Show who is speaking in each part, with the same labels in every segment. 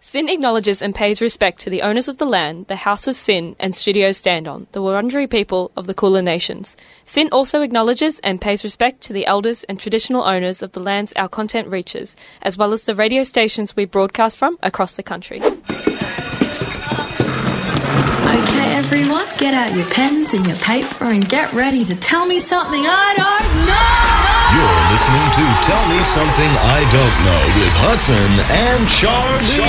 Speaker 1: Sin acknowledges and pays respect to the owners of the land, the house of Sin and studios stand on, the Wurundjeri people of the Kulin Nations. Sin also acknowledges and pays respect to the elders and traditional owners of the lands our content reaches, as well as the radio stations we broadcast from across the country.
Speaker 2: Okay, everyone, get out your pens and your paper and get ready to tell me something I don't know.
Speaker 3: You're listening to Tell Me Something I Don't Know with Hudson and Charlie.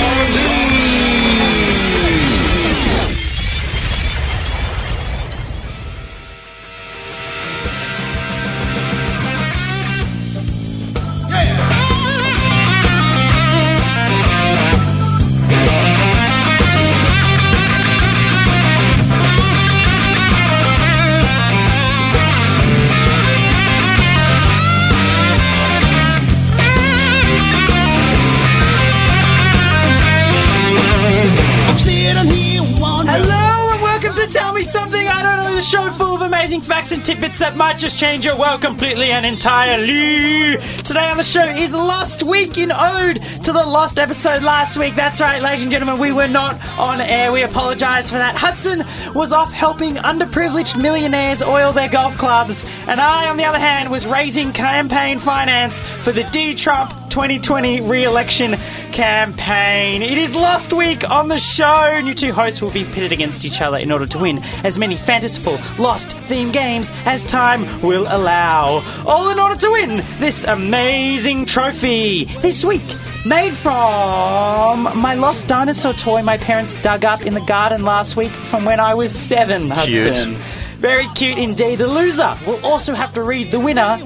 Speaker 4: I'm sitting here wondering.
Speaker 5: Hello and welcome to Tell Me Something I Don't Know, the show full of amazing facts and tidbits that might just change your world completely and entirely. Today on the show is Lost Week in Ode to the lost episode last week. That's right, ladies and gentlemen, we were not on air. We apologise for that. Hudson was off helping underprivileged millionaires oil their golf clubs, and I, on the other hand, was raising campaign finance for the D Trump 2020 re-election campaign. It is last week on the show, and you two hosts will be pitted against each other in order to win as many fanciful lost theme games as time will allow. All in order to win this amazing trophy this week. Made from my lost dinosaur toy my parents dug up in the garden last week from when I was seven, Hudson. Very cute indeed. The loser will also have to read the winner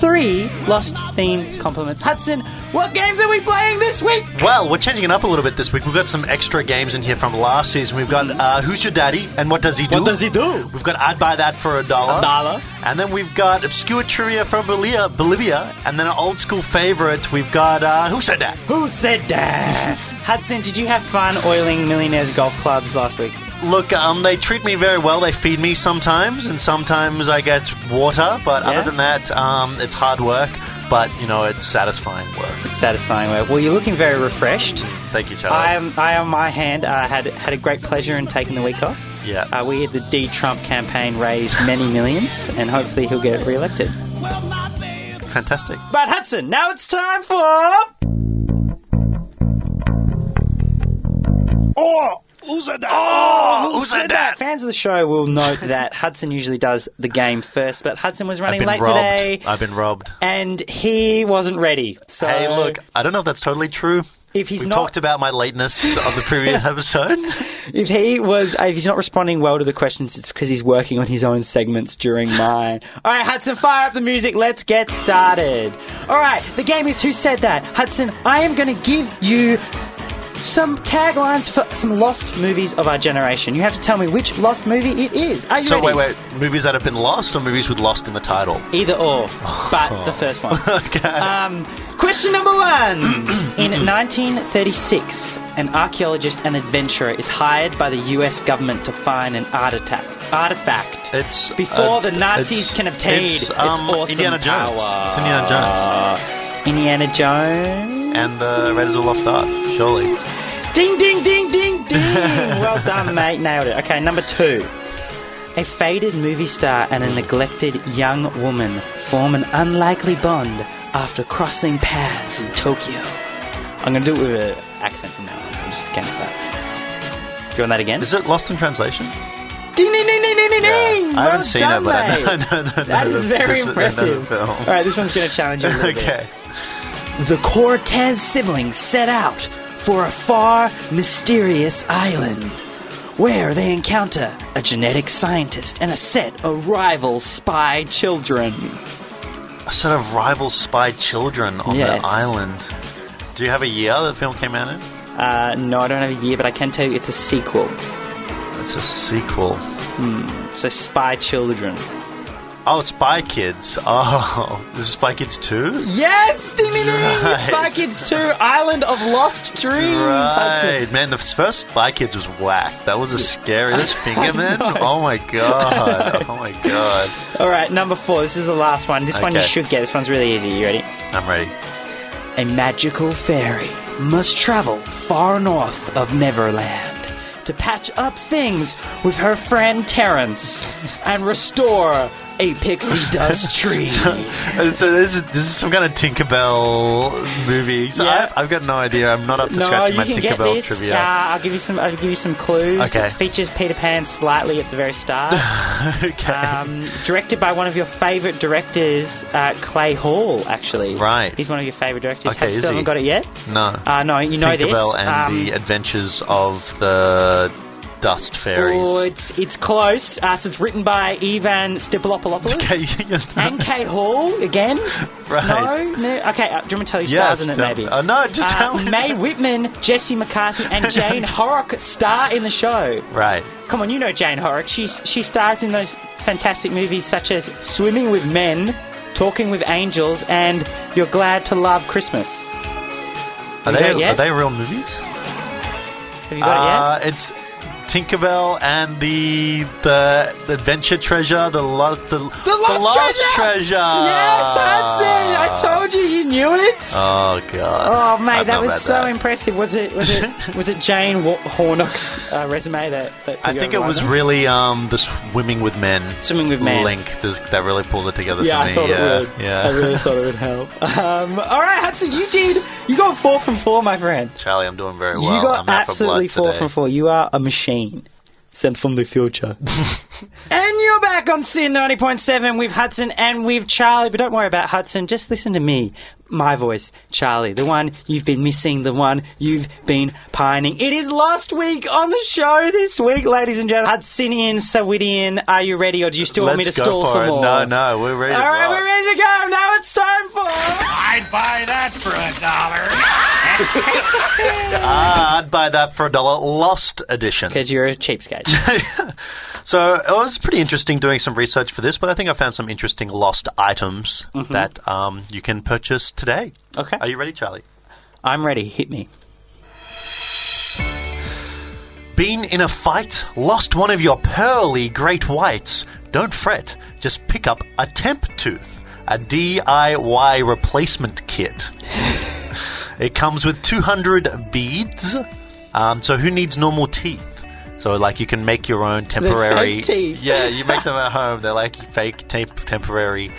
Speaker 5: three lost theme compliments. Hudson, what games are we playing this week?
Speaker 6: Well, we're changing it up a little bit this week. We've got some extra games in here from last season. We've got uh, Who's Your Daddy and What Does He Do?
Speaker 5: What does he do?
Speaker 6: We've got I'd Buy That for a Dollar.
Speaker 5: A dollar.
Speaker 6: And then we've got Obscure Trivia from Bolivia, Bolivia. And then an old school favorite, we've got uh, Who Said That?
Speaker 5: Who said that? Hudson, did you have fun oiling millionaires' golf clubs last week?
Speaker 6: Look, um, they treat me very well. They feed me sometimes, and sometimes I get water. But
Speaker 5: Yeah?
Speaker 6: other than that, um, it's hard work. But, you know, it's satisfying work.
Speaker 5: It's satisfying work. Well, you're looking very refreshed.
Speaker 6: Thank you, Charlie.
Speaker 5: I, am, I on my hand, uh, had had a great pleasure in taking the week off.
Speaker 6: Yeah.
Speaker 5: Uh, we at the D Trump campaign raised many millions, and hopefully he'll get re-elected.
Speaker 6: Fantastic.
Speaker 5: But Hudson, now it's time for. Oh, who's that? Oh,
Speaker 6: who said that?
Speaker 5: Fans of the show will note that Hudson usually does the game first, but Hudson was
Speaker 6: I've
Speaker 5: running
Speaker 6: been
Speaker 5: late
Speaker 6: robbed.
Speaker 5: today.
Speaker 6: I've been robbed.
Speaker 5: and he wasn't ready. So
Speaker 6: Hey, look, I don't know if that's totally true.
Speaker 5: If he's
Speaker 6: We've
Speaker 5: not-
Speaker 6: talked about my lateness on the previous episode.
Speaker 5: if he was, uh, if he's not responding well to the questions, it's because he's working on his own segments during mine. All right, Hudson, fire up the music. Let's get started. All right, the game is Who Said That? Hudson, I am going to give you some taglines for some lost movies of our generation. You have to tell me which lost movie it is. Are you
Speaker 6: So
Speaker 5: ready?
Speaker 6: wait, wait, movies that have been lost or movies with lost in the title?
Speaker 5: Either or, but the first one. okay. Um, question number one. in 1936, an archaeologist and adventurer is hired by the U.S. government to find an artifact. Artifact.
Speaker 6: It's
Speaker 5: before
Speaker 6: uh,
Speaker 5: the Nazis
Speaker 6: it's-
Speaker 5: can obtain
Speaker 6: It's,
Speaker 5: its,
Speaker 6: um,
Speaker 5: awesome
Speaker 6: Indiana Jones.
Speaker 5: power.
Speaker 6: It's Indiana Jones
Speaker 5: Indiana Jones.
Speaker 6: and the Raiders of the Lost Ark. Surely.
Speaker 5: Ding, ding, ding, ding, ding. well done, mate. Nailed it. Okay, number two. A faded movie star and a neglected young woman form an unlikely bond after crossing paths in Tokyo. I'm going to do it with an accent from now on. I'm just going for that. Do you want that again?
Speaker 6: Is it Lost in Translation?
Speaker 5: Ding, ding, ding, ding, ding, ding, ding.
Speaker 6: I
Speaker 5: Well
Speaker 6: haven't seen
Speaker 5: done,
Speaker 6: it, but I know, I
Speaker 5: mate.
Speaker 6: know- I know
Speaker 5: That is
Speaker 6: the-
Speaker 5: very
Speaker 6: this- I know the
Speaker 5: impressive.
Speaker 6: film.
Speaker 5: All right, this one's going to challenge you a little bit.
Speaker 6: Okay.
Speaker 5: The Cortez siblings set out for a far, mysterious island where they encounter a genetic scientist and a set of rival spy children.
Speaker 6: A set of rival spy children on
Speaker 5: Yes.
Speaker 6: the island. Do you have a year the film came out in?
Speaker 5: Uh, no, I don't have a year, but I can tell you it's a sequel.
Speaker 6: It's a sequel.
Speaker 5: So, Spy Children.
Speaker 6: Oh, it's Spy Kids. Oh, this is Spy Kids 2?
Speaker 5: Yes! Ding, ding, ding!
Speaker 6: Right.
Speaker 5: It's Spy Kids 2, Island of Lost Dreams. Hudson.
Speaker 6: Right, man. The first Spy Kids was whack. That was a scary. This Fingerman. Oh my god. Oh my god.
Speaker 5: All right, number four. This is the last one. This one you
Speaker 6: Okay.
Speaker 5: should get. This one's really easy. You ready?
Speaker 6: I'm ready.
Speaker 5: A magical fairy must travel far north of Neverland to patch up things with her friend Terrence and restore a pixie dust tree.
Speaker 6: And so this is this is some kind of Tinkerbell movie. So
Speaker 5: Yeah.
Speaker 6: I, I've got no idea. I'm not up to
Speaker 5: No,
Speaker 6: scratch
Speaker 5: you
Speaker 6: with my
Speaker 5: can get
Speaker 6: Tinkerbell
Speaker 5: this.
Speaker 6: trivia.
Speaker 5: Uh, I'll give you some. I'll give you some clues.
Speaker 6: Okay.
Speaker 5: It features Peter Pan slightly at the very start.
Speaker 6: okay.
Speaker 5: um, directed by one of your favourite directors, uh, Clay Hall. Actually,
Speaker 6: Right.
Speaker 5: He's one of your favourite directors.
Speaker 6: Okay,
Speaker 5: Have you
Speaker 6: is
Speaker 5: still
Speaker 6: he?
Speaker 5: haven't got it yet?
Speaker 6: no.
Speaker 5: Uh, no, you know this.
Speaker 6: Tinkerbell and
Speaker 5: Um,
Speaker 6: the Adventures of the Dust Fairies.
Speaker 5: Oh, it's it's close. Uh, so it's written by Ivan Stepalopoulos
Speaker 6: Okay, you're not-
Speaker 5: and Kay Hall again.
Speaker 6: Right.
Speaker 5: No, no. Okay, uh, do you want me to tell you stars
Speaker 6: Yes,
Speaker 5: in it?
Speaker 6: tell-
Speaker 5: Maybe.
Speaker 6: uh, no, just tell me.
Speaker 5: Mae Whitman, Jesse McCarthy, and Jane Horrock star in the show.
Speaker 6: right.
Speaker 5: Come on, you know Jane Horrock. She's she stars in those fantastic movies such as Swimming with Men, Talking with Angels, and You're Glad to Love Christmas.
Speaker 6: Are
Speaker 5: You got
Speaker 6: they
Speaker 5: it yet?
Speaker 6: are they real movies?
Speaker 5: Have you got
Speaker 6: uh, It's Tinkerbell and the the, the adventure treasure, the lo- the, the lost, treasure.
Speaker 5: Yes, that's it. I told you, you knew it.
Speaker 6: Oh god.
Speaker 5: Oh mate,
Speaker 6: I'd
Speaker 5: that
Speaker 6: know
Speaker 5: was
Speaker 6: about
Speaker 5: so
Speaker 6: that.
Speaker 5: impressive. Was it was it was it Jane Wa- Hornock's uh, resume that? that
Speaker 6: I
Speaker 5: you
Speaker 6: think it was
Speaker 5: wrote?
Speaker 6: really um the swimming with men.
Speaker 5: Swimming with Men.
Speaker 6: link this, that really pulled it together
Speaker 5: Yeah,
Speaker 6: for me.
Speaker 5: I thought
Speaker 6: yeah,
Speaker 5: it would.
Speaker 6: yeah.
Speaker 5: I really thought it would help. Um, all right, Hudson, you did. You got four from four, my friend.
Speaker 6: Charlie, I'm doing very well.
Speaker 5: you got
Speaker 6: I'm out for
Speaker 5: absolutely
Speaker 6: blood
Speaker 5: four
Speaker 6: today.
Speaker 5: from four. You are a machine. Sent from the future. and you're back on Sin 90.7 with Hudson and with Charlie. But don't worry about Hudson. Just listen to me. My voice, Charlie. The one you've been missing, the one you've been pining. It is last week on the show this week, ladies and gentlemen. Hudsonian, Sawidian, are you ready or do you still want me to
Speaker 6: Let's go
Speaker 5: stall
Speaker 6: for
Speaker 5: some
Speaker 6: it.
Speaker 5: more?
Speaker 6: No, no, we're ready.
Speaker 5: All
Speaker 6: to
Speaker 5: right,
Speaker 6: rock.
Speaker 5: we're ready to go. Now it's time for.
Speaker 7: I'd buy that for a dollar.
Speaker 6: Ah, I'd buy that for a dollar. Lost edition.
Speaker 5: Because you're a cheapskate.
Speaker 6: So it was pretty interesting doing some research for this, but I think I found some interesting lost items that um, you can purchase today.
Speaker 5: Okay.
Speaker 6: Are you ready, Charlie?
Speaker 5: I'm ready. Hit me.
Speaker 6: Been in a fight? Lost one of your pearly great whites? Don't fret. Just pick up a temp tooth, a DIY replacement kit. it comes with 200 beads. Um, so who needs normal teeth? So like you can make your own temporary
Speaker 5: fake teeth.
Speaker 6: Yeah, you make them at home. They're like fake temp- temporary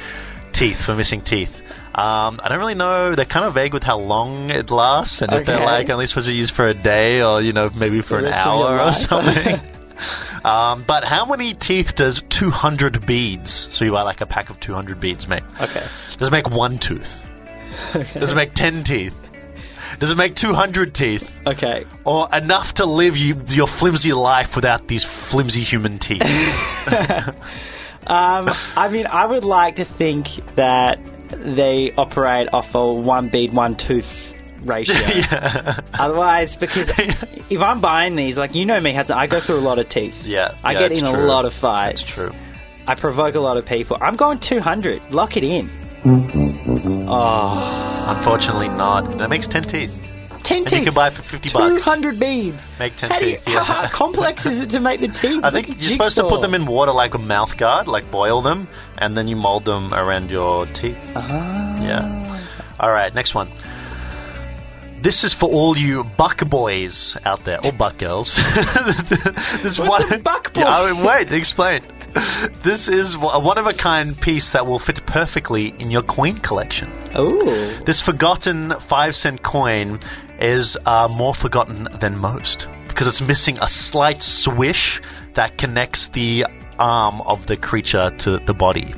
Speaker 6: teeth for missing teeth. Um, I don't really know. They're kind of vague with how long it lasts and if they're
Speaker 5: Okay.
Speaker 6: like only supposed to be used for a day or you know maybe for an
Speaker 5: rest of your
Speaker 6: hour or
Speaker 5: life.
Speaker 6: something. um, but how many teeth does 200 beads? So you buy like a pack of 200 beads make.
Speaker 5: Okay.
Speaker 6: Does it make one tooth? Does it make 10 teeth? Does it make 200 teeth?
Speaker 5: Okay.
Speaker 6: Or enough to live you, your flimsy life without these flimsy human teeth?
Speaker 5: Um, I mean, I would like to think that they operate off a one bead, one tooth ratio. Otherwise, because if I'm buying these, like, you know me, Hudson, I go through a lot of teeth.
Speaker 6: yeah.
Speaker 5: I
Speaker 6: yeah,
Speaker 5: get
Speaker 6: it's
Speaker 5: in a
Speaker 6: true.
Speaker 5: lot of fights.
Speaker 6: That's true.
Speaker 5: I provoke a lot of people. I'm going 200. Lock it in.
Speaker 6: Unfortunately, not. And it makes 10 teeth.
Speaker 5: 10
Speaker 6: And
Speaker 5: teeth.
Speaker 6: you can buy it for 50 bucks.
Speaker 5: 200 beads.
Speaker 6: Make 10
Speaker 5: How, do you,
Speaker 6: teeth. yeah.
Speaker 5: how, how complex is it to make the teeth?
Speaker 6: I think you're supposed to put them in water like a mouth guard, like boil them, and then you mold them around your teeth.
Speaker 5: Ah.
Speaker 6: Yeah. All right, next one. This is for all you buck boys out there, or buck girls. this What's
Speaker 5: a buck boy?
Speaker 6: Yeah, I mean, wait, explain. this is a one of a kind piece that will fit perfectly in your coin collection.
Speaker 5: Oh.
Speaker 6: This forgotten five cent coin is uh, more forgotten than most because it's missing a slight swish that connects the arm of the creature to the body.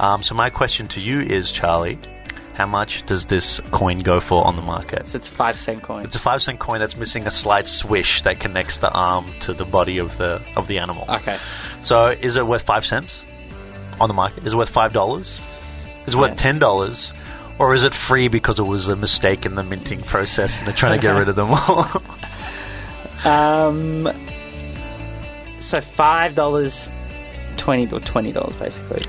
Speaker 6: Um, so, my question to you is, Charlie, how much does this coin go for on the market?
Speaker 5: So it's five cent coins.
Speaker 6: It's a five cent coin that's missing a slight swish that connects the arm to the body of the of the animal.
Speaker 5: Okay.
Speaker 6: So, is it worth five cents on the market? Is it worth five dollars? Is it worth
Speaker 5: Yeah.
Speaker 6: ten dollars? Or is it free because it was a mistake in the minting process and they're trying to get rid of them all?
Speaker 5: Um, so five dollars, twenty or twenty dollars, basically,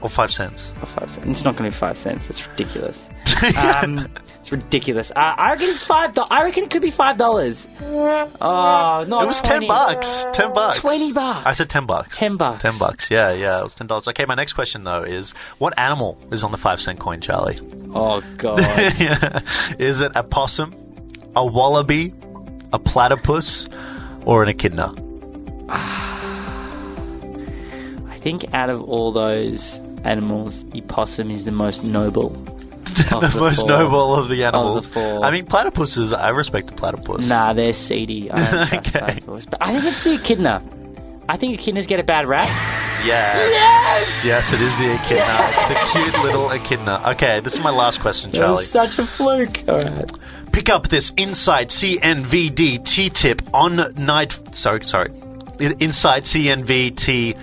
Speaker 6: or five cents?
Speaker 5: or five cents. It's not going to be five cents. It's ridiculous. um, it's ridiculous. Uh, I reckon it's five. Do- I reckon it could be five dollars. Oh no,
Speaker 6: It was ten bucks. Ten bucks.
Speaker 5: 20 bucks.
Speaker 6: I said ten bucks.
Speaker 5: Ten bucks.
Speaker 6: Ten bucks. Yeah, yeah. It was ten dollars. Okay, my next question though is, what animal is on the five cent coin, Charlie?
Speaker 5: Oh god.
Speaker 6: is it a possum, a wallaby, a platypus, or an echidna?
Speaker 5: I think out of all those animals, the possum is the most noble.
Speaker 6: the most noble of the animals.
Speaker 5: four.
Speaker 6: I mean, platypuses. I respect the platypus.
Speaker 5: Nah, they're seedy. I don't trust
Speaker 6: Okay.
Speaker 5: platypus. But I think it's the echidna. I think echidnas get a bad rap.
Speaker 6: Yes. Yes. Yes, it is the echidna. It's the cute little echidna. Okay, this is my last question,
Speaker 5: That
Speaker 6: Charlie.
Speaker 5: was such a fluke. All right.
Speaker 6: Pick up this Inside CNVD T tip on night. Sorry, sorry. I- Inside CNVT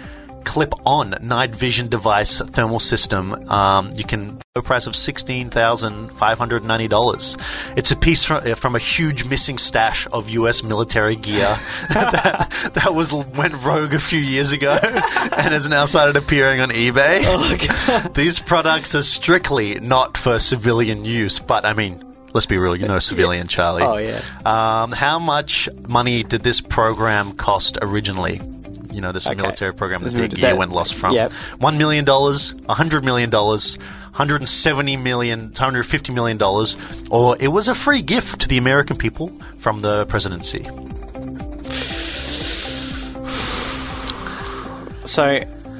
Speaker 6: clip on night vision device thermal system. Um, you can. A price of sixteen thousand five hundred ninety dollars. It's a piece from, uh, from a huge missing stash of U.S. military gear that, that was went rogue a few years ago and has now started appearing on eBay. These products are strictly not for civilian use, but I mean, let's be real, you know, civilian, Charlie.
Speaker 5: Oh, yeah.
Speaker 6: Um, how much money did this program cost originally? You know, this
Speaker 5: Okay.
Speaker 6: military program that
Speaker 5: This
Speaker 6: the
Speaker 5: is-
Speaker 6: gear
Speaker 5: that-
Speaker 6: went lost from.
Speaker 5: yep.
Speaker 6: $1 million, $100 million, $170 million, $150 million, or it was a free gift to the American people from the presidency.
Speaker 5: So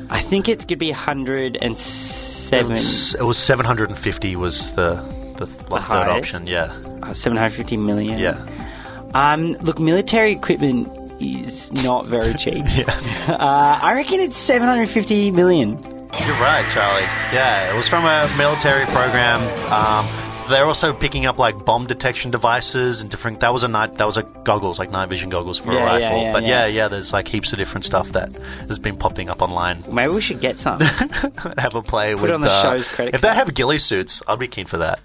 Speaker 5: I think it could be 107,
Speaker 6: It's- It was 750 was the, the, like, third
Speaker 5: highest?
Speaker 6: option, yeah.
Speaker 5: uh, 750 million.
Speaker 6: Yeah.
Speaker 5: Um, look, military equipment is not very cheap. uh, I reckon it's 750 million.
Speaker 6: You're right, Charlie. Yeah, it was from a military program. Um, they're also picking up like bomb detection devices and different. That was a night. That was a goggles, like night vision goggles for a
Speaker 5: Yeah, yeah,
Speaker 6: rifle.
Speaker 5: yeah,
Speaker 6: but
Speaker 5: yeah.
Speaker 6: yeah. yeah, there's like heaps of different stuff that has been popping up online.
Speaker 5: Maybe we should get some.
Speaker 6: have a play
Speaker 5: Put
Speaker 6: with
Speaker 5: it on the
Speaker 6: uh,
Speaker 5: show's credit
Speaker 6: If they
Speaker 5: card.
Speaker 6: have ghillie suits, I'd be keen for that.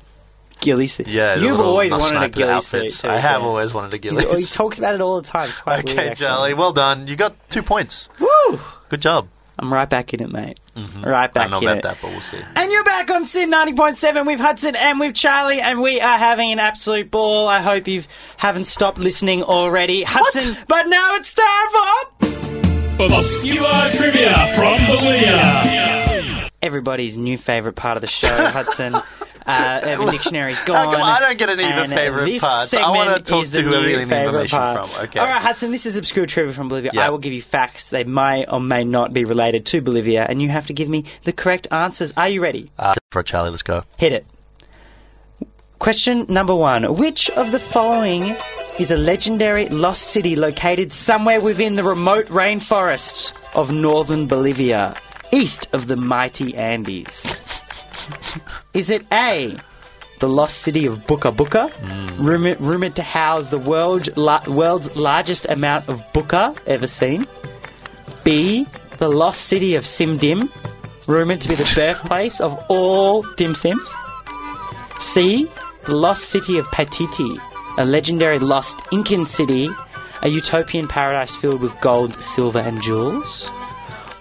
Speaker 5: ghillie suit.
Speaker 6: Yeah, the
Speaker 5: You've
Speaker 6: little
Speaker 5: always
Speaker 6: nice
Speaker 5: wanted a
Speaker 6: sniper
Speaker 5: ghillie suit.
Speaker 6: outfits.
Speaker 5: too,
Speaker 6: I have
Speaker 5: yeah.
Speaker 6: always wanted a
Speaker 5: He's-
Speaker 6: ghillie
Speaker 5: He
Speaker 6: suit.
Speaker 5: talks about it all the time. It's quite weird,
Speaker 6: Okay,
Speaker 5: actually.
Speaker 6: Charlie, well done. You got two points.
Speaker 8: Woo!
Speaker 6: Good job.
Speaker 5: I'm right back in it, mate. Right
Speaker 6: Mm-hmm. I
Speaker 5: back
Speaker 6: don't know
Speaker 5: in
Speaker 6: about
Speaker 5: it.
Speaker 6: that, but we'll see.
Speaker 8: And you're back on Sin 90.7 with Hudson and with Charlie, and we are having an absolute ball. I hope you haven't stopped listening already. Hudson, but now it's time for.
Speaker 9: Obscure trivia from Bolivia.
Speaker 5: Everybody's new favorite part of the show, Hudson. Uh, Urban Dictionary's gone.
Speaker 6: Oh, come on, I don't get any of
Speaker 5: and,
Speaker 6: the
Speaker 5: uh,
Speaker 6: favorite
Speaker 5: this
Speaker 6: parts. I want to
Speaker 5: segment
Speaker 6: talk
Speaker 5: is
Speaker 6: to
Speaker 5: the
Speaker 6: whoever
Speaker 5: new
Speaker 6: you're getting the
Speaker 5: favorite
Speaker 6: information
Speaker 5: part.
Speaker 6: from. Okay.
Speaker 5: All right, Hudson, this is Obscure Trivia from Bolivia.
Speaker 6: Yeah.
Speaker 5: I will give you facts. They may or may not be related to Bolivia, and you have to give me the correct answers. Are you ready?
Speaker 6: Uh, for Charlie, let's go.
Speaker 5: Hit it. Question number one Which of the following is a legendary lost city located somewhere within the remote rainforests of northern Bolivia, east of the mighty Andes? is it A, the lost city of Buca Buca, rumored, rumored to house the world, la- world's largest amount of buca ever seen? B, the lost city of Simdim, rumored to be the birthplace of all dim sims. C, the lost city of Patiti, a legendary lost Incan city, a utopian paradise filled with gold, silver, and jewels.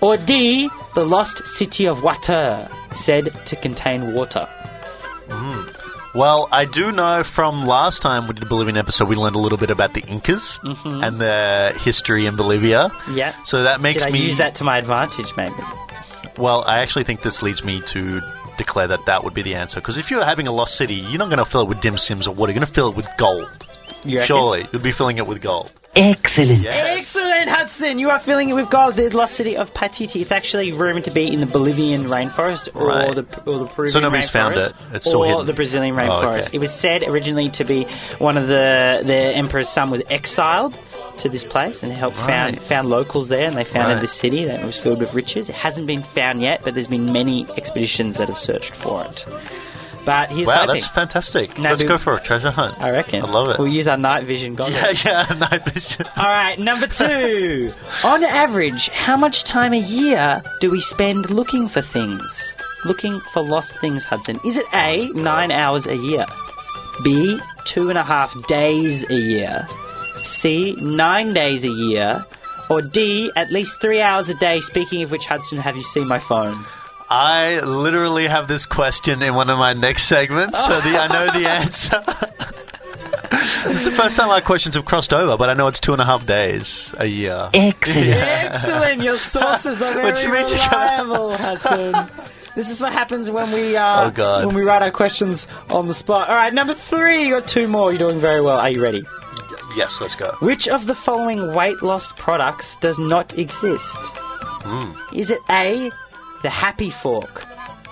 Speaker 5: Or D, the lost city of Water, said to contain water.
Speaker 6: Well, I do know from last time we did a Bolivian episode, we learned a little bit about the Incas and their history in Bolivia.
Speaker 5: Mm-hmm. Yeah.
Speaker 6: So that makes
Speaker 5: Did I
Speaker 6: me
Speaker 5: use that to my advantage, maybe?
Speaker 6: Well, I actually think this leads me to declare that that would be the answer. Because if you're having a lost city, you're not going to fill it with dim sims or water. You're going to fill it with gold.
Speaker 5: You reckon?
Speaker 6: Surely, you'd be filling it with gold.
Speaker 10: Excellent.
Speaker 5: Excellent, Hudson. You are filling it with gold. The lost city of Patiti. It's actually rumored to be in the Bolivian rainforest or
Speaker 6: Right.
Speaker 5: the or the Peruvian
Speaker 6: So nobody's
Speaker 5: rainforest,
Speaker 6: found it. It's still
Speaker 5: or
Speaker 6: hidden.
Speaker 5: the Brazilian
Speaker 6: Oh, okay.
Speaker 5: rainforest. It was said originally to be one of the the emperor's son was exiled to this place and helped found
Speaker 6: Right.
Speaker 5: found locals there, and they founded
Speaker 6: Right.
Speaker 5: this city that was filled with riches. It hasn't been found yet, but there's been many expeditions that have searched for it. But here's
Speaker 6: Wow,
Speaker 5: hoping.
Speaker 6: that's fantastic.
Speaker 5: No,
Speaker 6: Let's
Speaker 5: dude.
Speaker 6: go for a treasure hunt.
Speaker 5: I reckon.
Speaker 6: I love it.
Speaker 5: We'll use our night vision goggles.
Speaker 6: yeah, yeah, night vision.
Speaker 5: All right, number two. On average, how much time a year do we spend looking for things? Looking for lost things, Hudson. Is it A, nine hours a year? B, two and a half days a year? C, nine days a year? Or D, at least three hours a day? Speaking of which, Hudson, have you seen my phone?
Speaker 6: I literally have this question in one of my next segments, so the, I know the answer. this is the first time our questions have crossed over, but I know it's two and a half days a year.
Speaker 10: Excellent.
Speaker 5: Excellent. Your sources are very
Speaker 6: Which means you can't-
Speaker 5: reliable, Hudson.
Speaker 11: This is what happens when we uh,
Speaker 6: Oh, God.
Speaker 11: when we write our questions on the spot. All right, number three. You got two more. You're doing very well. Are you ready?
Speaker 6: Yes, let's go.
Speaker 5: Which of the following weight loss products does not exist?
Speaker 6: Hmm.
Speaker 5: Is it A, the happy fork,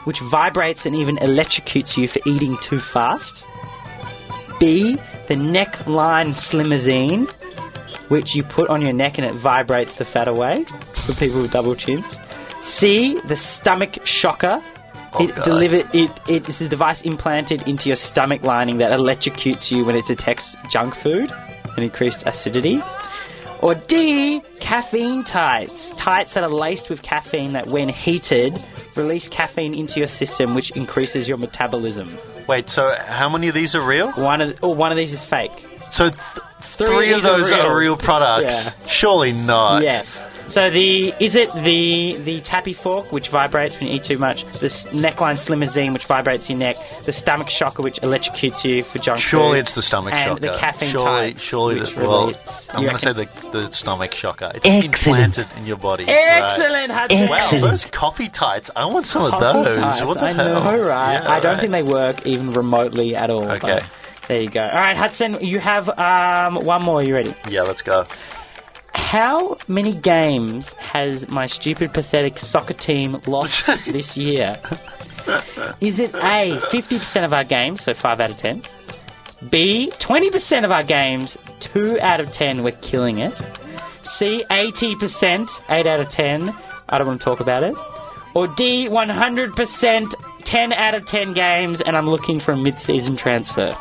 Speaker 5: which vibrates and even electrocutes you for eating too fast? B, the neckline slimazine, which you put on your neck and it vibrates the fat away for people with double chins? C, the stomach shocker. it
Speaker 6: God.
Speaker 5: deliver it, it is a device implanted into your stomach lining that electrocutes you when it detects junk food and increased acidity. Or D, caffeine tights. Tights that are laced with caffeine that, when heated, release caffeine into your system, which increases your metabolism.
Speaker 6: Wait, so how many of these are real?
Speaker 5: One of, or one of these is fake.
Speaker 6: So th- three, of
Speaker 5: these are
Speaker 6: those are real products.
Speaker 5: Yeah.
Speaker 6: Surely not.
Speaker 5: Yes. So the is it the the tappy fork which vibrates when you eat too much, the s- neckline slimazine which vibrates your neck, the stomach shocker which electrocutes you for junk food,
Speaker 6: Surely it's the stomach
Speaker 5: and
Speaker 6: shocker.
Speaker 5: the caffeine
Speaker 6: surely,
Speaker 5: tights,
Speaker 6: surely.
Speaker 5: which
Speaker 6: the, well,
Speaker 5: relate-
Speaker 6: I'm
Speaker 5: you
Speaker 6: going to say
Speaker 5: reckon-
Speaker 6: the, the stomach shocker. It's
Speaker 12: Excellent.
Speaker 6: implanted in your body. Right.
Speaker 11: Excellent, Hudson.
Speaker 6: Wow,
Speaker 12: Excellent.
Speaker 6: those coffee tights. I want some of
Speaker 5: Coffee
Speaker 6: those.
Speaker 5: tights,
Speaker 6: What the
Speaker 5: I
Speaker 6: hell?
Speaker 5: know, right?
Speaker 6: Yeah,
Speaker 5: I don't
Speaker 6: right.
Speaker 5: think they work even remotely at all. but
Speaker 6: Okay.
Speaker 5: There you go. All right, Hudson, you have um, one more. You ready?
Speaker 6: Yeah, let's go.
Speaker 5: How many games has my stupid, pathetic soccer team lost this year? Is it A, 50% of our games, so 5 out of 10? B, 20% of our games, 2 out of 10, we're killing it? C, 80%, 8 out of 10, I don't want to talk about it? Or D, 100%, 10 out of 10 games, and I'm looking for a mid season transfer?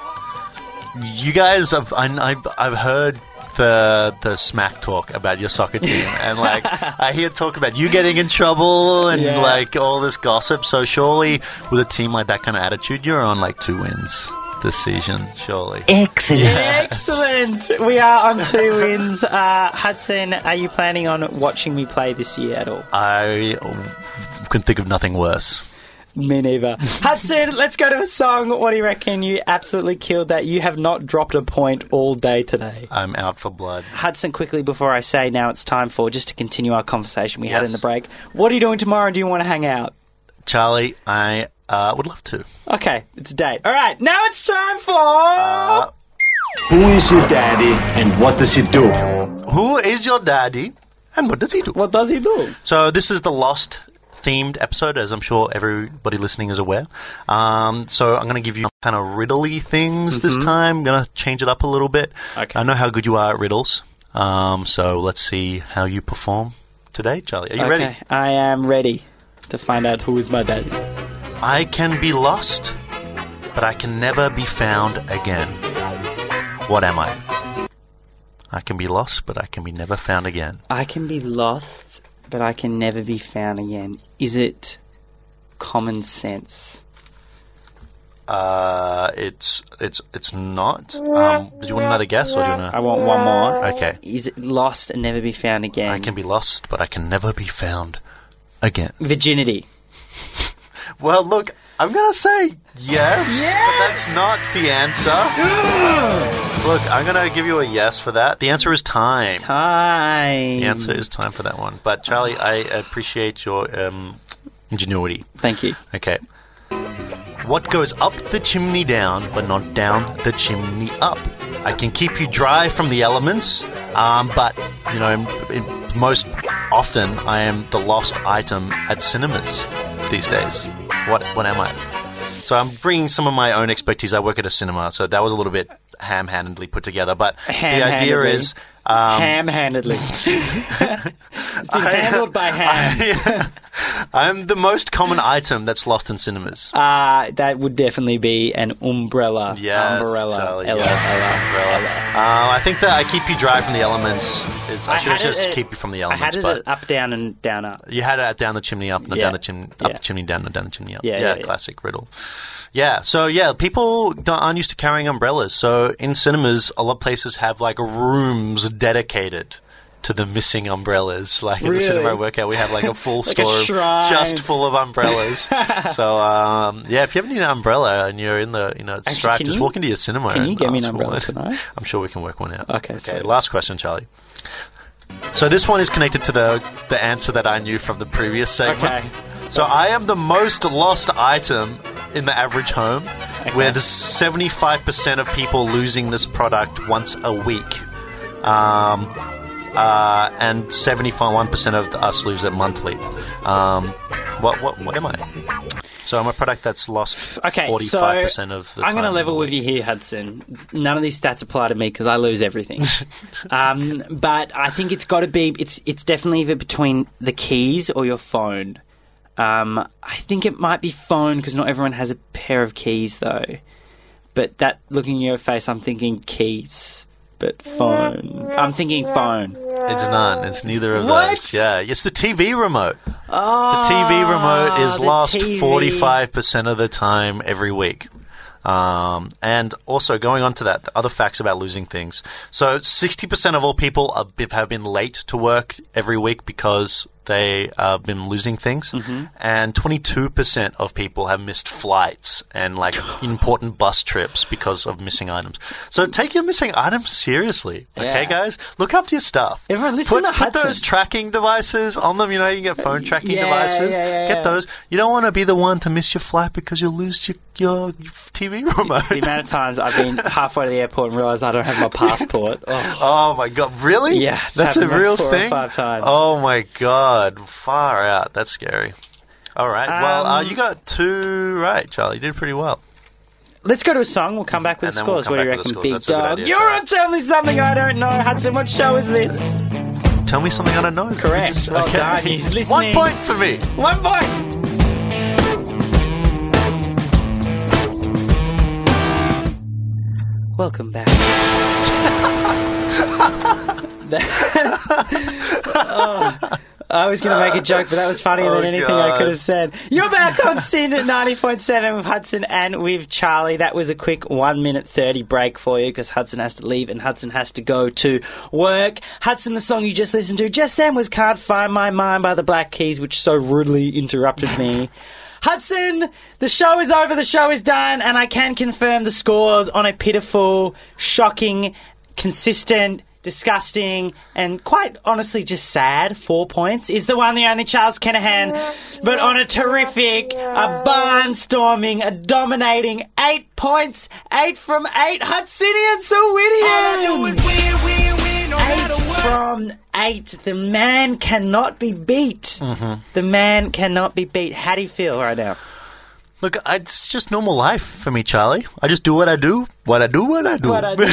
Speaker 6: You guys, have, I, I've, I've heard the the smack talk about your soccer team, and like I hear talk about you getting in trouble and
Speaker 5: Yeah.
Speaker 6: like all this gossip. So surely, with a team like that kind of attitude, you're on like two wins this season. Surely,
Speaker 12: Excellent.
Speaker 5: Excellent. We are on two wins. Uh, Hudson, are you planning on watching me play this year at all?
Speaker 6: I can think of nothing worse.
Speaker 5: Me neither. Hudson, let's go to a song. What do you reckon? You absolutely killed that. You have not dropped a point all day today.
Speaker 6: I'm out for blood.
Speaker 5: Hudson, quickly before I say now it's time for just to continue our conversation we had
Speaker 6: Yes.
Speaker 5: in the break. What are you doing tomorrow and do you want to hang out?
Speaker 6: Charlie, I uh, would love to.
Speaker 5: Okay, it's a date. All right, now it's time for.
Speaker 6: Uh,
Speaker 3: Who is your daddy and what does he do?
Speaker 6: Who is your daddy, and what does he do?
Speaker 5: what does he do?
Speaker 6: So this is the Lost themed episode, as I'm sure everybody listening is aware. Um, so I'm going to give you kind of riddly things this time. I'm going to change it up a little bit.
Speaker 5: Okay.
Speaker 6: I know how good you are at riddles. Um, so let's see how you perform today, Charlie. Are you
Speaker 5: okay,
Speaker 6: ready?
Speaker 5: I am ready to find out who is my daddy.
Speaker 6: I can be lost, but I can never be found again. What am I? I can be lost, but I can be never found again.
Speaker 5: I can be lost, but I can never be found again. Is it common sense?
Speaker 6: Uh, it's it's it's not. Um, did you want another guess, or do you want to?
Speaker 5: I want one more.
Speaker 6: Okay.
Speaker 5: Is it lost and never be found again?
Speaker 6: I can be lost, but I can never be found again.
Speaker 5: Virginity.
Speaker 6: Well, look, I'm going to say yes, but that's not the answer. look, I'm going to give you a yes for that. The answer is time.
Speaker 5: Time.
Speaker 6: The answer is time for that one. But, Charlie, I appreciate your um, ingenuity.
Speaker 5: Thank you.
Speaker 6: Okay. What goes up the chimney down, but not down the chimney up? I can keep you dry from the elements, um, but you know, in- in- most often I am the lost item at cinemas these days. What what am I? So I'm bringing some of my own expertise. I work at a cinema, so that was a little bit ham-handedly put together. But the idea
Speaker 5: Ham-handedly.
Speaker 6: is, um,
Speaker 5: Ham-handedly. it's been handled by ham.
Speaker 6: I'm the most common item that's lost in cinemas.
Speaker 5: uh, that would definitely be an umbrella.
Speaker 6: Yes,
Speaker 5: umbrella.
Speaker 6: Charlie,
Speaker 5: Ella,
Speaker 6: yes,
Speaker 5: Ella,
Speaker 6: umbrella.
Speaker 5: Ella.
Speaker 6: Um, I think that I keep you dry from the elements. Is, I,
Speaker 5: I
Speaker 6: should
Speaker 5: had it
Speaker 6: just
Speaker 5: at-
Speaker 6: keep you from the
Speaker 5: I
Speaker 6: elements,
Speaker 5: had it uh,
Speaker 6: but
Speaker 5: at up, down, and down, up.
Speaker 6: you had it at down the chimney up, not
Speaker 5: Yeah.
Speaker 6: down the chimney up
Speaker 5: Yeah.
Speaker 6: the chimney down, not down the chimney up.
Speaker 5: Yeah, yeah, yeah.
Speaker 6: classic riddle. Yeah, so yeah, people don't, aren't used to carrying umbrellas. So in cinemas, a lot of places have like rooms dedicated. To the missing umbrellas, like in the cinema I
Speaker 5: Really?
Speaker 6: work at, we have like a full
Speaker 5: Like a
Speaker 6: store
Speaker 5: shrine.
Speaker 6: just full of umbrellas. so um, yeah, if you ever need an umbrella and you're in the you know
Speaker 5: Actually,
Speaker 6: stripe,
Speaker 5: can
Speaker 6: just
Speaker 5: you-
Speaker 6: walk into your cinema.
Speaker 5: can you
Speaker 6: and
Speaker 5: get me an
Speaker 6: ask for
Speaker 5: umbrella
Speaker 6: one.
Speaker 5: tonight?
Speaker 6: I'm sure we can work one out.
Speaker 5: Okay,
Speaker 6: Okay.
Speaker 5: sweet.
Speaker 6: Last question, Charlie. So this one is connected to the the answer that I knew from the previous segment.
Speaker 5: Okay.
Speaker 6: So I am the most lost item in the average home, where there's 75% of people losing this product once a week. Um, uh, and 75% of us lose it monthly. Um, what, what, what am I? So I'm a product that's lost
Speaker 5: Okay,
Speaker 6: 45%
Speaker 5: so
Speaker 6: of the
Speaker 5: I'm going
Speaker 6: time
Speaker 5: to
Speaker 6: in
Speaker 5: level
Speaker 6: a
Speaker 5: with
Speaker 6: week.
Speaker 5: you here, Hudson. None of these stats apply to me because I lose everything. um, but I think it's got to be it's it's definitely either between the keys or your phone. Um, I think it might be phone because not everyone has a pair of keys though. But that looking in your face, I'm thinking keys, but phone. I'm thinking phone.
Speaker 6: It's none. It's neither of
Speaker 5: What?
Speaker 6: those. Yeah, it's the TV remote. the TV remote is
Speaker 5: Ah, the
Speaker 6: lost
Speaker 5: TV.
Speaker 6: 45% of the time every week. Um, and also going on to that, the other facts about losing things. So 60% of all people are, b- have been late to work every week because they uh, have been losing things.
Speaker 5: Mm-hmm.
Speaker 6: And 22% of people have missed flights and like important bus trips because of missing items. So take your missing items seriously. Okay,
Speaker 5: Yeah.
Speaker 6: guys? Look after your stuff.
Speaker 5: Everyone, listen
Speaker 6: Put,
Speaker 5: to
Speaker 6: put
Speaker 5: Hudson.
Speaker 6: those tracking devices on them. You know, you can get phone tracking
Speaker 5: Yeah,
Speaker 6: devices.
Speaker 5: yeah, yeah, yeah.
Speaker 6: Get those. You don't want to be the one to miss your flight because you'll lose your, your TV
Speaker 5: The
Speaker 6: remote.
Speaker 5: amount of times I've been halfway to the airport and realised I don't have my passport. Oh.
Speaker 6: oh my god, really?
Speaker 5: Yeah, it's
Speaker 6: that's a
Speaker 5: happened like
Speaker 6: real
Speaker 5: four or
Speaker 6: thing.
Speaker 5: five times.
Speaker 6: Oh my god, far out. That's scary. All right. well, uh,
Speaker 5: Um,
Speaker 6: you got two right, Charlie. You did pretty well.
Speaker 5: Let's go to a song. We'll come back with
Speaker 6: Mm-hmm. And then
Speaker 5: scores. what
Speaker 6: we'll come
Speaker 5: do you
Speaker 6: back with
Speaker 5: reckon,
Speaker 6: the
Speaker 5: Big
Speaker 6: scores. That's a good
Speaker 5: Dog?
Speaker 6: idea,
Speaker 5: You're on Tell Me Something I Don't Know. Hudson, what show is this?
Speaker 6: Tell me something I don't know.
Speaker 5: Correct.
Speaker 6: You
Speaker 5: Well done. He's listening.
Speaker 6: One point for me.
Speaker 5: One point. Welcome back. Oh, I was going to make a joke, but that was funnier
Speaker 6: Oh,
Speaker 5: than anything I
Speaker 6: God.
Speaker 5: could have said. You're back on Sin at 90.7 with Hudson and with Charlie. That was a quick 1 minute 30 break for you because Hudson has to leave and Hudson has to go to work. Hudson, the song you just listened to just then was Can't Find My Mind by the Black Keys, which so rudely interrupted me. Hudson, the show is over, the show is done, and I can confirm the scores on a pitiful, shocking, consistent, disgusting, and quite honestly just sad four points is the one, the only Charles Kennahan, but on a terrific, a barnstorming, a dominating eight points, eight from eight Hudsonians are winning! Eight from eight. The man cannot be beat. The man cannot be beat. How do you feel right now?
Speaker 6: Look, I- it's just normal life for me, Charlie. I just do what I do. What I do. What I do.
Speaker 5: What I do-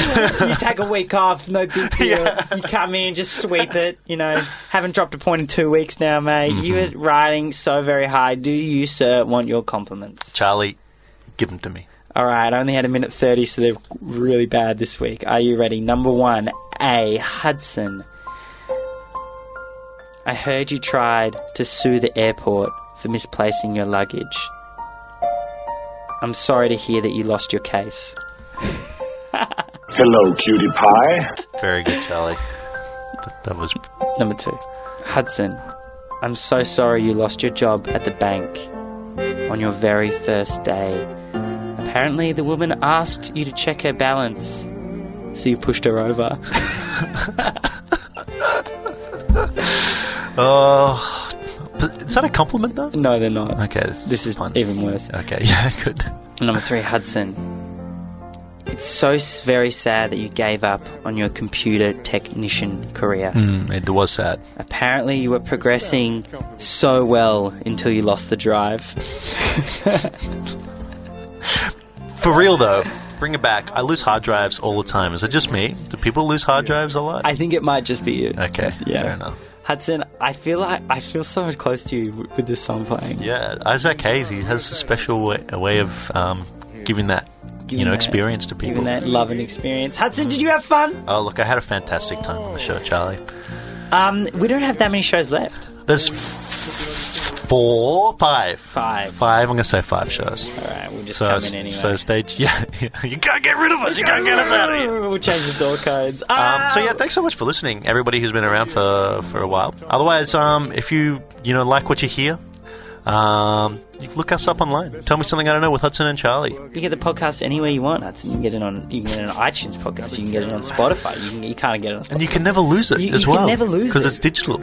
Speaker 5: you take a week off, no big deal. You come in, just sweep it. You know, haven't dropped a point in two weeks now, mate. You were riding so very high. Do you, sir, want your compliments?
Speaker 6: Charlie, give them to me.
Speaker 5: All right, I only had a minute 30, so they're really bad this week. Are you ready? Number one, A. Hudson. I heard you tried to sue the airport for misplacing your luggage. I'm sorry to hear that you lost your case.
Speaker 13: Hello, cutie pie.
Speaker 6: Very good, Charlie. That, that was
Speaker 5: Number two, Hudson. I'm so sorry you lost your job at the bank on your very first day. Apparently, the woman asked you to check her balance, so you pushed her over.
Speaker 6: Oh, but is that a compliment though?
Speaker 5: no, they're not.
Speaker 6: Okay, this,
Speaker 5: This is
Speaker 6: fun.
Speaker 5: even worse.
Speaker 6: Okay, yeah, good.
Speaker 5: Number three, Hudson. It's so s- very sad that you gave up on your computer technician career.
Speaker 6: Mm, it was sad.
Speaker 5: Apparently, you were progressing so well until you lost the drive.
Speaker 6: For real though, bring it back. I lose hard drives all the time. Is it just me? Do people lose hard drives a lot?
Speaker 5: I think it might just be you.
Speaker 6: okay,
Speaker 5: Yeah.
Speaker 6: fair enough.
Speaker 5: Hudson, I feel like I feel so close to you w- with this song playing.
Speaker 6: Yeah, Isaac Hayes he has a special way, a way of um, giving that you know
Speaker 5: that-
Speaker 6: experience to people.
Speaker 5: Given that love and experience, Hudson, did you have fun?
Speaker 6: Oh look, I had a fantastic time on the show, Charlie.
Speaker 5: Um, we don't have that many shows left.
Speaker 6: There's f- four, five,
Speaker 5: Five.
Speaker 6: five. I'm gonna say five shows.
Speaker 5: All right, we'll just
Speaker 6: So,
Speaker 5: come in anyway.
Speaker 6: so stage, yeah, you can't get rid of us. You can't get us out of here.
Speaker 5: We'll change the door codes.
Speaker 6: Um, so yeah,
Speaker 5: Ah!
Speaker 6: thanks so much for listening, everybody who's been around for for a while. Otherwise, um, if you you know like what you hear, Um, you can look us up online. Tell me something I don't know with Hudson and Charlie.
Speaker 5: You get the podcast anywhere you want. Hudson. You can get it on. You can get it on iTunes podcast. You can get it on Spotify. You can. You can't get it on. Spotify.
Speaker 6: And you can never lose it
Speaker 5: You-
Speaker 6: as
Speaker 5: you can
Speaker 6: well.
Speaker 5: never lose
Speaker 6: because
Speaker 5: it.
Speaker 6: it's digital.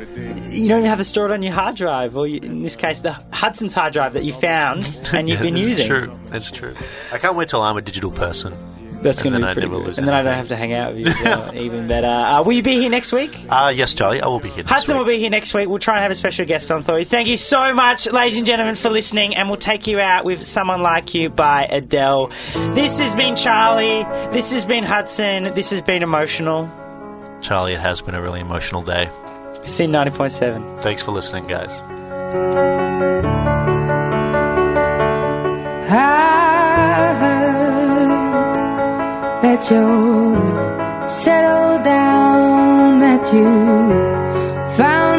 Speaker 5: You don't have it stored on your hard drive, or you, in this case, the Hudson's hard drive that you found and you've
Speaker 6: Yeah,
Speaker 5: been
Speaker 6: that's
Speaker 5: using.
Speaker 6: True, that's true. I can't wait till I'm a digital person.
Speaker 5: That's
Speaker 6: And
Speaker 5: going to
Speaker 6: then
Speaker 5: be
Speaker 6: I
Speaker 5: pretty
Speaker 6: never
Speaker 5: good.
Speaker 6: lose
Speaker 5: And then I don't have
Speaker 6: anything.
Speaker 5: to hang out with you. As well, even better. Uh, will you be here next week?
Speaker 6: Ah, yes, Charlie, I will be here. This
Speaker 5: Hudson
Speaker 6: week.
Speaker 5: will be here next week. We'll try and have a special guest on for you. Thank you so much, ladies and gentlemen, for listening, and we'll take you out with Someone Like You by Adele. This has been Charlie. This has been Hudson. This has been Emotional.
Speaker 6: Charlie, it has been a really emotional day.
Speaker 5: See 90.7.
Speaker 6: Thanks for listening, guys.
Speaker 14: I heard that you settled down, that you found